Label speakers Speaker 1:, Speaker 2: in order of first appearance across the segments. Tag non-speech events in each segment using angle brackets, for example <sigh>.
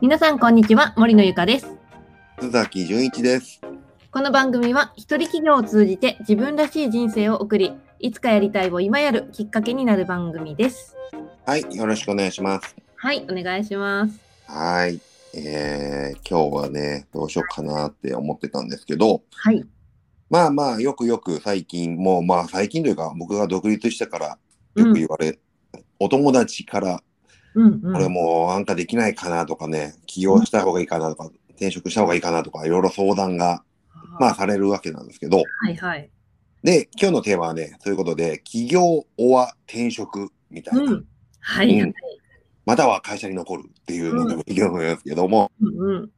Speaker 1: 皆さんこんにちは森のゆかです
Speaker 2: 須崎純一です。
Speaker 1: この番組は一人企業を通じて自分らしい人生を送りいつかやりたいを今やるきっかけになる番組です
Speaker 2: はい、よろしくお願いします。
Speaker 1: はいお願いします
Speaker 2: はい、えー、今日はね、どうしようかなって思ってたんですけど、
Speaker 1: はい
Speaker 2: まあまあ、よくよく最近、もうまあ最近というか、僕が独立してからよく言われ、お友達から、
Speaker 1: うんうん
Speaker 2: これもうあんたできないかなとかね、起業した方がいいかなとか、転職した方がいいかなとか、いろいろ相談が、まあされるわけなんですけど、
Speaker 1: はいはい
Speaker 2: で、今日のテーマはね、ということで、起業、おわ、転職みたいな。
Speaker 1: うんはいはい
Speaker 2: または会社に残るっていうのでもいいと思いますけども、
Speaker 1: うんうん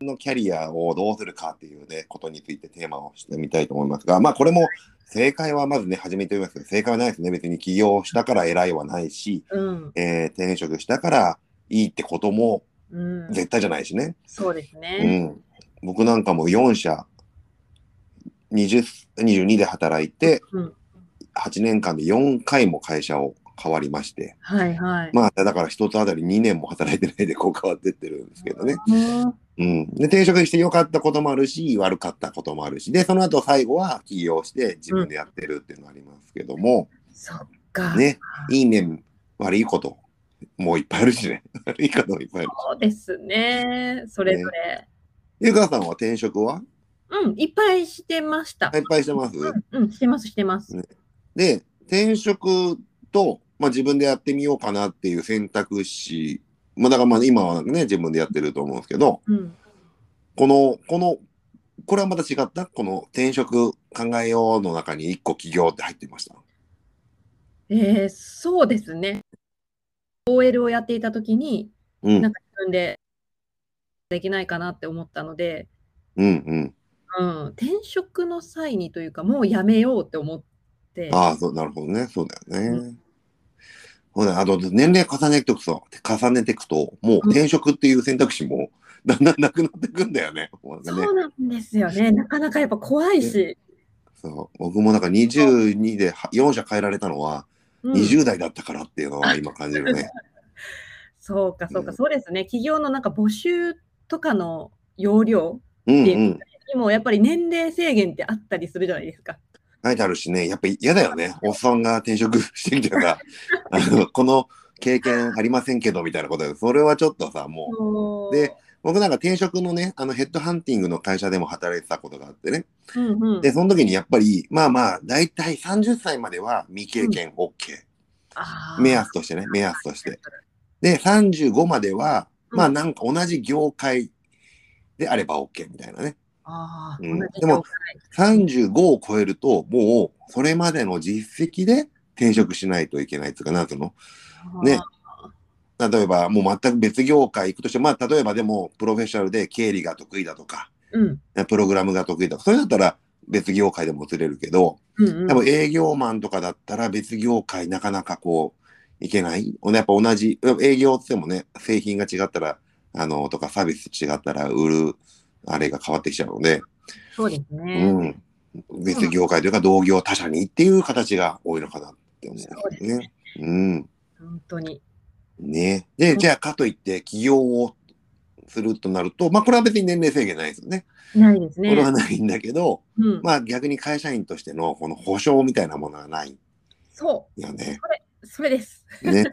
Speaker 2: 自分のキャリアをどうするかっていうね、ことについてテーマをしてみたいと思いますが、まあこれも正解はまずね、始めてみますけど、正解はないですね。別に起業したから偉いはないし、
Speaker 1: うん
Speaker 2: えー転職したからいいってことも
Speaker 1: うん
Speaker 2: 絶対じゃないしね。
Speaker 1: そうです
Speaker 2: う
Speaker 1: ね
Speaker 2: ん。僕なんかも4社、20 22で働いて、
Speaker 1: うん
Speaker 2: 8年間で4回も会社を変わりまして、
Speaker 1: はいはい
Speaker 2: まあだから一つあたり2年も働いてないでこう変わってってるんですけどね。
Speaker 1: うん
Speaker 2: うん。で、転職して良かったこともあるし、悪かったこともあるし、で、その後最後は起業して自分でやってるっていうのありますけども、
Speaker 1: そっか
Speaker 2: ね、いい面、悪いこと、もういっぱいあるしね。 <laughs> 悪いこともいっぱいある。
Speaker 1: そうですねそれぞれ、
Speaker 2: ゆかさんは転職は
Speaker 1: うんいっぱいしてました、
Speaker 2: いっぱいしてます
Speaker 1: うん、うん、してますしてます、
Speaker 2: ねで、転職と、まあ自分でやってみようかなっていう選択肢、まあだからまあ今はね、自分でやってると思うんですけど、
Speaker 1: うん
Speaker 2: この、この、これはまた違ったこの転職考えようの中に1個起業って入ってました。
Speaker 1: えー、そうですね。OL をやっていたときに、
Speaker 2: うん。
Speaker 1: なんか自分でできないかなって思ったので、
Speaker 2: うんうん。
Speaker 1: うん、転職の際にというか、もうやめようって思って、
Speaker 2: ああ、そう、なるほどね。そうだよね。
Speaker 1: う
Speaker 2: そうだよあと、年齢重ねていくと、重ねていくと、もう転職っていう選択肢も、 <laughs> だんだんなくなってくんだよね。もうなん
Speaker 1: そ
Speaker 2: かね
Speaker 1: うなんですよね。なかなかやっぱ怖いし、
Speaker 2: そう僕もなんか22では4社変えられたのは、
Speaker 1: うん、
Speaker 2: 20代だったからっていうのは今感じるね。
Speaker 1: そうか、そうか、
Speaker 2: うん
Speaker 1: そうですね。企業のなんか募集とかの要領
Speaker 2: うんう
Speaker 1: うん
Speaker 2: ん。
Speaker 1: にも、やっぱり年齢制限ってあったりするじゃないですか。
Speaker 2: 書いてあるしね、やっぱ嫌だよね。おっさんが転職してきた
Speaker 1: <laughs>
Speaker 2: から、あの、この経験ありませんけど、みたいなことで、それはちょっとさ、もう、
Speaker 1: そう
Speaker 2: で、僕なんか転職のね、あの、ヘッドハンティングの会社でも働いてたことがあってね、
Speaker 1: うんうん、
Speaker 2: で、その時にやっぱり、まあまあ、大体30歳までは未経験 OK。
Speaker 1: あー
Speaker 2: 目安としてね、目安として。で、35までは、
Speaker 1: うん
Speaker 2: まあなんか同じ業界であれば OK みたいなね。
Speaker 1: あー
Speaker 2: うん
Speaker 1: 同じ
Speaker 2: でも
Speaker 1: 業界
Speaker 2: 35を超えると、もうそれまでの実績で転職しないといけないというか、なんていうのね例えば、もう全く別業界行くとして、まあ例えばでも、プロフェッショナルで経理が得意だとか、
Speaker 1: うん。
Speaker 2: プログラムが得意だとか、それだったら別業界でも移れるけど、
Speaker 1: うん
Speaker 2: 多分営業マンとかだったら別業界なかなかこう、いけない。おねやっぱ同じ、営業って言ってもね、製品が違ったら、あの、とかサービス違ったら売る、あれが変わってきちゃうので、
Speaker 1: そうです
Speaker 2: う
Speaker 1: ね。
Speaker 2: ん。別業界というか同業他社にっていう形が多いのかなって思うんですよね。うん。
Speaker 1: 本当に。
Speaker 2: ね。で、じゃあかといって起業をするとなると、まあこれは別に年齢制限ないですよね。
Speaker 1: ないです
Speaker 2: これは
Speaker 1: ね。
Speaker 2: ないんだけど、
Speaker 1: うん、
Speaker 2: まあ逆に会社員としてのこの保証みたいなものはない
Speaker 1: そ
Speaker 2: よね。
Speaker 1: う、それです。
Speaker 2: ね。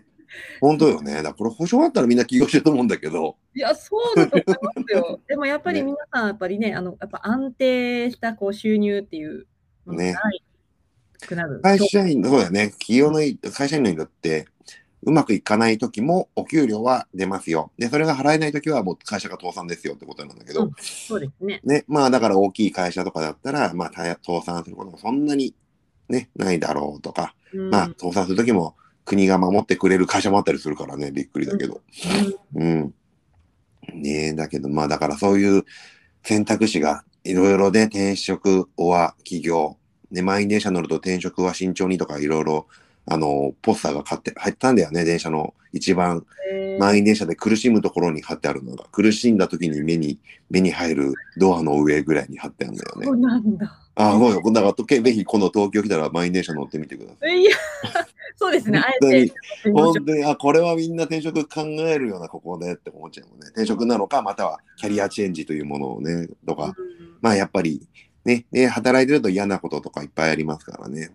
Speaker 2: 本当よね。だからこれ保証あったらみんな起業してると思うんだけど。
Speaker 1: いや、そうだと思います
Speaker 2: <laughs>
Speaker 1: よ。でもやっぱり
Speaker 2: ね
Speaker 1: 皆さん、やっぱりね、あの、やっぱ安定したこう収入っていうものが
Speaker 2: ね
Speaker 1: ないくなる。
Speaker 2: 会社員、そうだよね。企業のい、会社員の人って、うまくいかない時もお給料は出ますよ。で、それが払えない時はもう会社が倒産ですよってことなんだけど。
Speaker 1: うんそうですね。
Speaker 2: ね。まあだから大きい会社とかだったら、まあた倒産することもそんなにね、ないだろうとか。
Speaker 1: うん
Speaker 2: まあ倒産する時も国が守ってくれる会社もあったりするからね。びっくりだけど。うん。ねえ、だけど、まあだからそういう選択肢がいろいろで転職は企業、ね、満員電車乗ると転職は慎重にとかいろいろ、あの、ポスターが買って、入ったんだよね、電車の一番
Speaker 1: うん
Speaker 2: 満員電車で苦しむところに貼ってあるのが、苦しんだ時に目に、目に入るドアの上ぐらいに貼ってあるんだよ
Speaker 1: そ
Speaker 2: ね。
Speaker 1: うなんだ。
Speaker 2: ああ、そうよ。だから、ぜひ今度東京来たら満員電車乗ってみてください。
Speaker 1: いや、そうですね、あえ
Speaker 2: 当に
Speaker 1: て。
Speaker 2: 本当に、あ、これはみんな転職考えるようなここでって思っちゃうもんね。転職なのか、またはキャリアチェンジというものをね、とか。
Speaker 1: うん
Speaker 2: まあやっぱり、ね、ね、働いてると嫌なこととかいっぱいありますからね。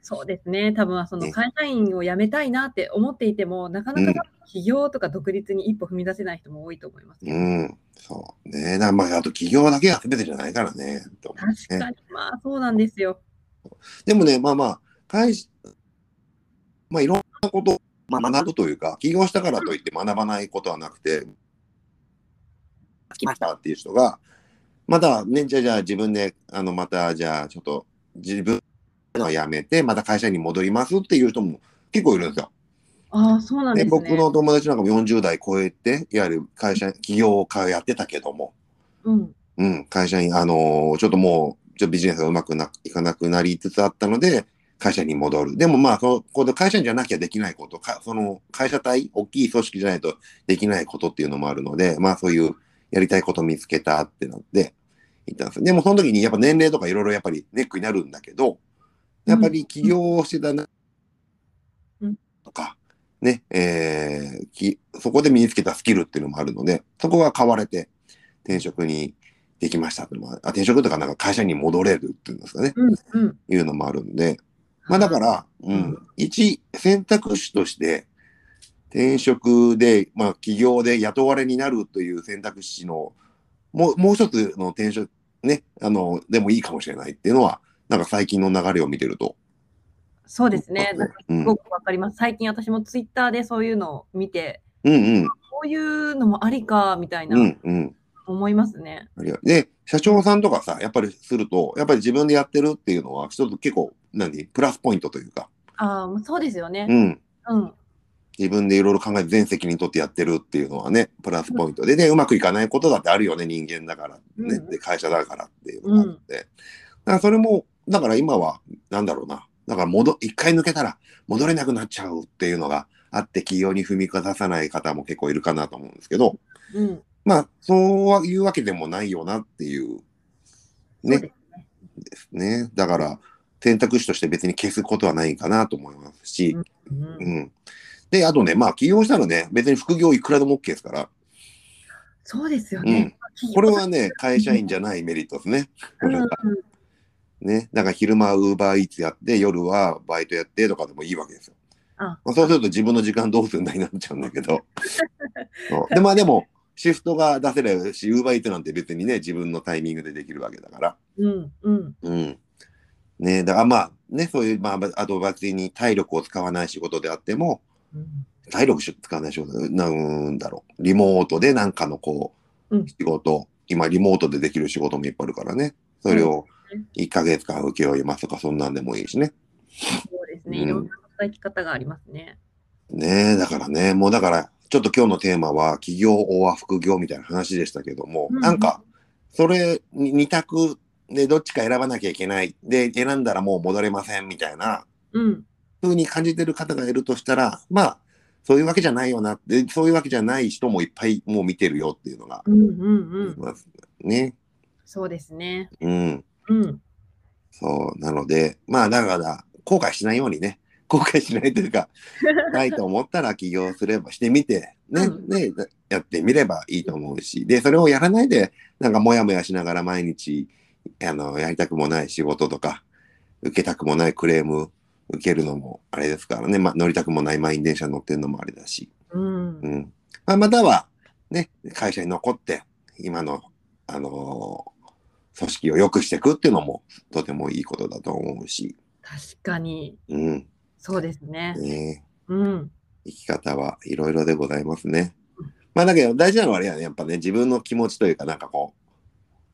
Speaker 1: そうですね、多分その
Speaker 2: ね
Speaker 1: 会社員を辞めたいなって思っていても、なかなか起業とか独立に一歩踏み出せない人も多いと思いますけ
Speaker 2: う
Speaker 1: ど。
Speaker 2: ん。そう。ね、だからまあ、あと企業だけが全てじゃないからね。と思うね
Speaker 1: 確かに、まあそうなんですよ。
Speaker 2: でもね、まあまあ、会社、まあいろんなことを、まあ、学ぶというか、起業したからといって学ばないことはなくて、来ましたっていう人が、またね、じゃあじゃあ自分で、あの、また、じゃあちょっと自分のやめて、また会社に戻りますっていう人も結構いるんですよ。
Speaker 1: ああ、そうなん
Speaker 2: で
Speaker 1: ですね。
Speaker 2: 僕の友達なんかも40代超えて、いわゆる会社、起業家をやってたけども、
Speaker 1: うん。
Speaker 2: うん、会社に、あのーちょっともう、ちょっとビジネスがうまくないかなくなりつつあったので、会社に戻る。でもまあ、その、この会社じゃなきゃできないこと、かその、会社体、大きい組織じゃないとできないことっていうのもあるので、まあそういう、やりたいこと見つけたってなって、行ったんですよ。でもその時にやっぱ年齢とかいろいろやっぱりネックになるんだけど、やっぱり起業をしてたな、
Speaker 1: うん
Speaker 2: とか、ね、えーき、そこで身につけたスキルっていうのもあるので、そこが買われて、転職にできましたっていうのもああ転職とかなんか会社に戻れるっていうんですかね、
Speaker 1: うん。うん。
Speaker 2: いうのもあるんで、まあだか、ら、う
Speaker 1: うん
Speaker 2: ん、一選択肢として、転職で、まあ企業で雇われになるという選択肢の、もう、もう一つの転職、ね、あの、でもいいかもしれないっていうのは、なんか最近の流れを見てると。
Speaker 1: そうですね。なんか
Speaker 2: うん、
Speaker 1: す
Speaker 2: うん
Speaker 1: ごくわかります。最近私もツイッターでそういうのを見て、
Speaker 2: うん、
Speaker 1: こういうのもありか、みたいな、
Speaker 2: うん、うん。
Speaker 1: 思いますね。
Speaker 2: ありがで、社長さんとかさ、やっぱりすると、やっぱり自分でやってるっていうのは、一つ結構、何、プラスポイントというか、
Speaker 1: ああ、まあそうですよね
Speaker 2: う。ん、
Speaker 1: うん。
Speaker 2: 自分でいろいろ考えて全責任取ってやってるっていうのはね、プラスポイントで、で、うまくいかないことだってあるよね、人間だから、ね、
Speaker 1: うん
Speaker 2: で会社だからっていうのがあって。だからそれも、だから今は、なんだろうな、だから戻、一回抜けたら戻れなくなっちゃうっていうのがあって、企業に踏みかざさない方も結構いるかなと思うんですけど、
Speaker 1: うん。
Speaker 2: まあ、そういうわけでもないよなっていう、
Speaker 1: そ
Speaker 2: ね
Speaker 1: うです、
Speaker 2: ですね。だから、選択肢として別に消すことはないかなと思いますし、
Speaker 1: うん
Speaker 2: うん。で、あとね、まあ、起業したらね、別に副業いくらでも OK ですから、
Speaker 1: そうですよね。
Speaker 2: これはね、会社員じゃないメリットですね。こ
Speaker 1: うん、
Speaker 2: れがね、だから昼間ウーバーイーツやって、夜はバイトやってとかでもいいわけですよ。
Speaker 1: あ
Speaker 2: まあ、そうすると自分の時間どうするんだになっちゃうんだけ
Speaker 1: <laughs>
Speaker 2: ど。そうで、まあでも、シフトが出せるし、ウーバーイーツなんて別にね、自分のタイミングでできるわけだから。
Speaker 1: うん。うん。
Speaker 2: うん。ねだからまあ、ね、そういう、まあ、あと別に体力を使わない仕事であっても、
Speaker 1: うん。
Speaker 2: 体力使わない仕事、なんだろう。リモートでなんかのこう、
Speaker 1: うん
Speaker 2: 仕事、今リモートでできる仕事もいっぱいあるからね。それを1ヶ月間請け負いますとか、そんなんでもいいしね。
Speaker 1: そうですね。
Speaker 2: うん
Speaker 1: いろんな働き方がありますね。
Speaker 2: ねえ、だからね、もうだから、ちょっと今日のテーマは、企業は副業みたいな話でしたけども、
Speaker 1: うん
Speaker 2: なんか、それ、に二択でどっちか選ばなきゃいけない。で、選んだらもう戻れませんみたいな、
Speaker 1: うん。
Speaker 2: ふうに感じてる方がいるとしたら、まあ、そういうわけじゃないよなって、そういうわけじゃない人もいっぱいもう見てるよっていうのが、
Speaker 1: うん。うん。うん。
Speaker 2: まずね。
Speaker 1: そうですね。
Speaker 2: うん。
Speaker 1: うん。
Speaker 2: そう。なので、まあ、だから、後悔しないようにね、 <laughs> 後悔しないというか、ないと思ったら起業すればしてみて、ね、
Speaker 1: うん
Speaker 2: ね、やってみればいいと思うし、で、それをやらないで、なんかもやもやしながら毎日、あの、やりたくもない仕事とか、受けたくもないクレーム受けるのもあれですからね、まあ、乗りたくもない満員電車乗ってるのもあれだし、
Speaker 1: うん
Speaker 2: う。ん。まあ、または、ね、会社に残って、今の、あのー組織を良くしていくっていうのも、とてもいいことだと思うし、
Speaker 1: 確かに。
Speaker 2: うん。
Speaker 1: そうですね。
Speaker 2: ね
Speaker 1: うん。
Speaker 2: 生き方はいろいろでございますね。まあ、だけど大事なのはあれやね、やっぱね、自分の気持ちというか、なんかこう、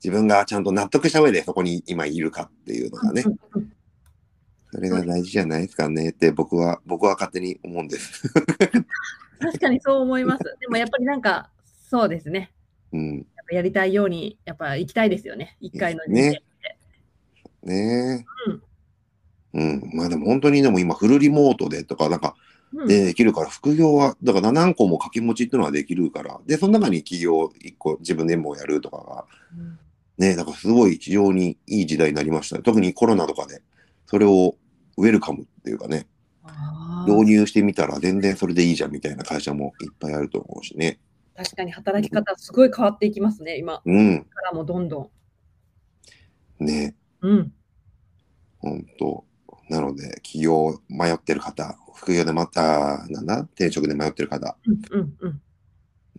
Speaker 2: 自分がちゃんと納得した上でそこに今いるかっていうのがね
Speaker 1: う、んうん
Speaker 2: それが大事じゃないですかねって僕は、僕は勝手に思うんです。
Speaker 1: 確かにそう思います。でもやっぱりなんか、そうですね。
Speaker 2: うん。
Speaker 1: やっぱやりたいように、やっぱ行きたいですよね。一回の人生
Speaker 2: ねねえ。うん。まあでも本当にでも今フルリモートでとか、なんか
Speaker 1: うん
Speaker 2: でできるから、副業は、だから何個も掛け持ちっていうのはできるから、で、その中に企業1個自分でもやるとかが、
Speaker 1: うん
Speaker 2: ね、だからすごい非常にいい時代になりましたね。特にコロナとかで、それをウェルカムっていうかね、
Speaker 1: あ
Speaker 2: 導入してみたら全然それでいいじゃんみたいな会社もいっぱいあると思うしね。
Speaker 1: 確かに働き方すごい変わっていきますね、今か
Speaker 2: うん。
Speaker 1: らもどんどん。
Speaker 2: ね。
Speaker 1: うん。
Speaker 2: ほんと。なので、起業迷ってる方、副業でまた、なんだ、転職で迷ってる方、
Speaker 1: うんうんうん。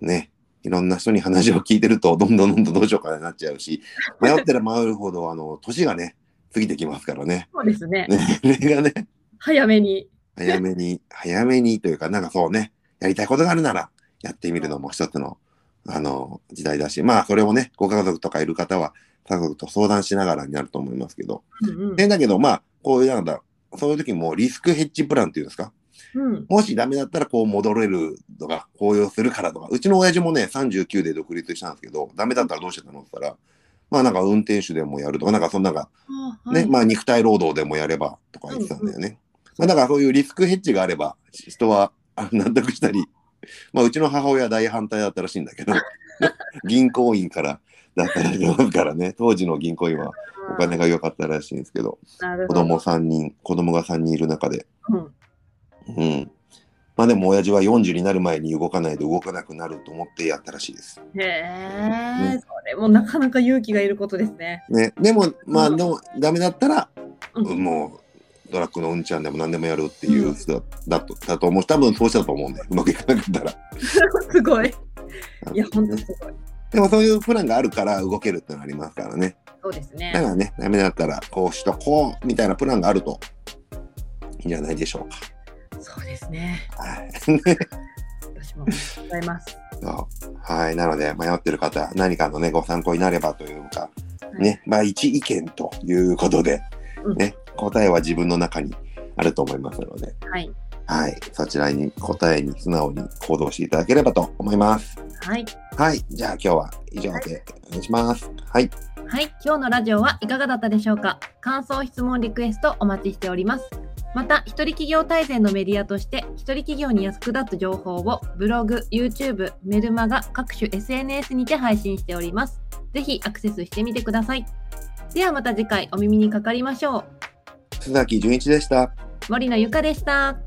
Speaker 2: ね。いろんな人に話を聞いてると、ど <laughs> んどんどんどんどうしようかなになっちゃうし、迷ってら迷うほど、あの、年がね、過ぎてきますからね。 <laughs>
Speaker 1: そうですね。
Speaker 2: ね、それがね、
Speaker 1: 早めに。
Speaker 2: 早めに、早めにというか、なんかそうね、やりたいことがあるなら、やってみるのも一つの、あの、時代だし、まあ、それをね、ご家族とかいる方は、家族と相談しながらになると思いますけど。
Speaker 1: うんうん
Speaker 2: で、だけど、まあ、こういうなんだ、そういう時もリスクヘッジプランっていうんですか、
Speaker 1: うん
Speaker 2: もしダメだったらこう戻れるとか、高揚するからとか、うちの親父もね、39で独立したんですけど、ダメだったらどうしてたのって言ったら、まあなんか運転手でもやるとか、なんかそんなんか、
Speaker 1: あーは
Speaker 2: ね、
Speaker 1: い
Speaker 2: まあ肉体労働でもやればとか言ってたんだよね。まあだからそういうリスクヘッジがあれば、人は <laughs> あ納得したり、まあうちの母親は大反対だったらしいんだ <laughs> けど、銀行員からだったらしいですからね、当時の銀行員はお金が良かったらしいんですけど、
Speaker 1: なる
Speaker 2: 子
Speaker 1: ほど
Speaker 2: 供3人、子供が3人いる中で、
Speaker 1: うん
Speaker 2: うん。まあでも親父は40になる前に動かないと動かなくなると思ってやったらしいです。
Speaker 1: へえ、
Speaker 2: うん
Speaker 1: それもなかなか勇気がいることですね。
Speaker 2: ね。でも、まあでもダメだったら、
Speaker 1: うん
Speaker 2: もうドラッグのうんちゃんでも何でもやるっていう人だだとだと思う。多分そうしたと思うんで、うまくいかなかったら。
Speaker 1: <laughs> すごい。いや、本当すごい。
Speaker 2: でもそういうプランがあるから動けるってのはありますからね。
Speaker 1: そうですね
Speaker 2: だ。からね、ダメだったらこうしとこうみたいなプランがあるといいんじゃないでしょうか。
Speaker 1: そうですね。
Speaker 2: はい。
Speaker 1: 私もございます。
Speaker 2: そうはい。なので、迷ってる方、何かのね、ご参考になればというか、
Speaker 1: い
Speaker 2: ね、まあ、一意見ということで、
Speaker 1: うん
Speaker 2: ね、答えは自分の中にあると思いますので、
Speaker 1: はい。
Speaker 2: はい。そちらに答えに素直に行動していただければと思います。
Speaker 1: はい。
Speaker 2: はい。じゃあ、今日は以上でお願いします。はい。
Speaker 1: はい、今日のラジオはいかがだったでしょうか感想、質問、リクエストお待ちしております。また、一人企業大全のメディアとして、一人企業に役立つ情報をブログ、YouTube、メルマガ、各種 SNS にて配信しております。ぜひアクセスしてみてください。ではまた次回お耳にかかりましょう。
Speaker 2: 須崎純一でした。
Speaker 1: 森野ゆかでした。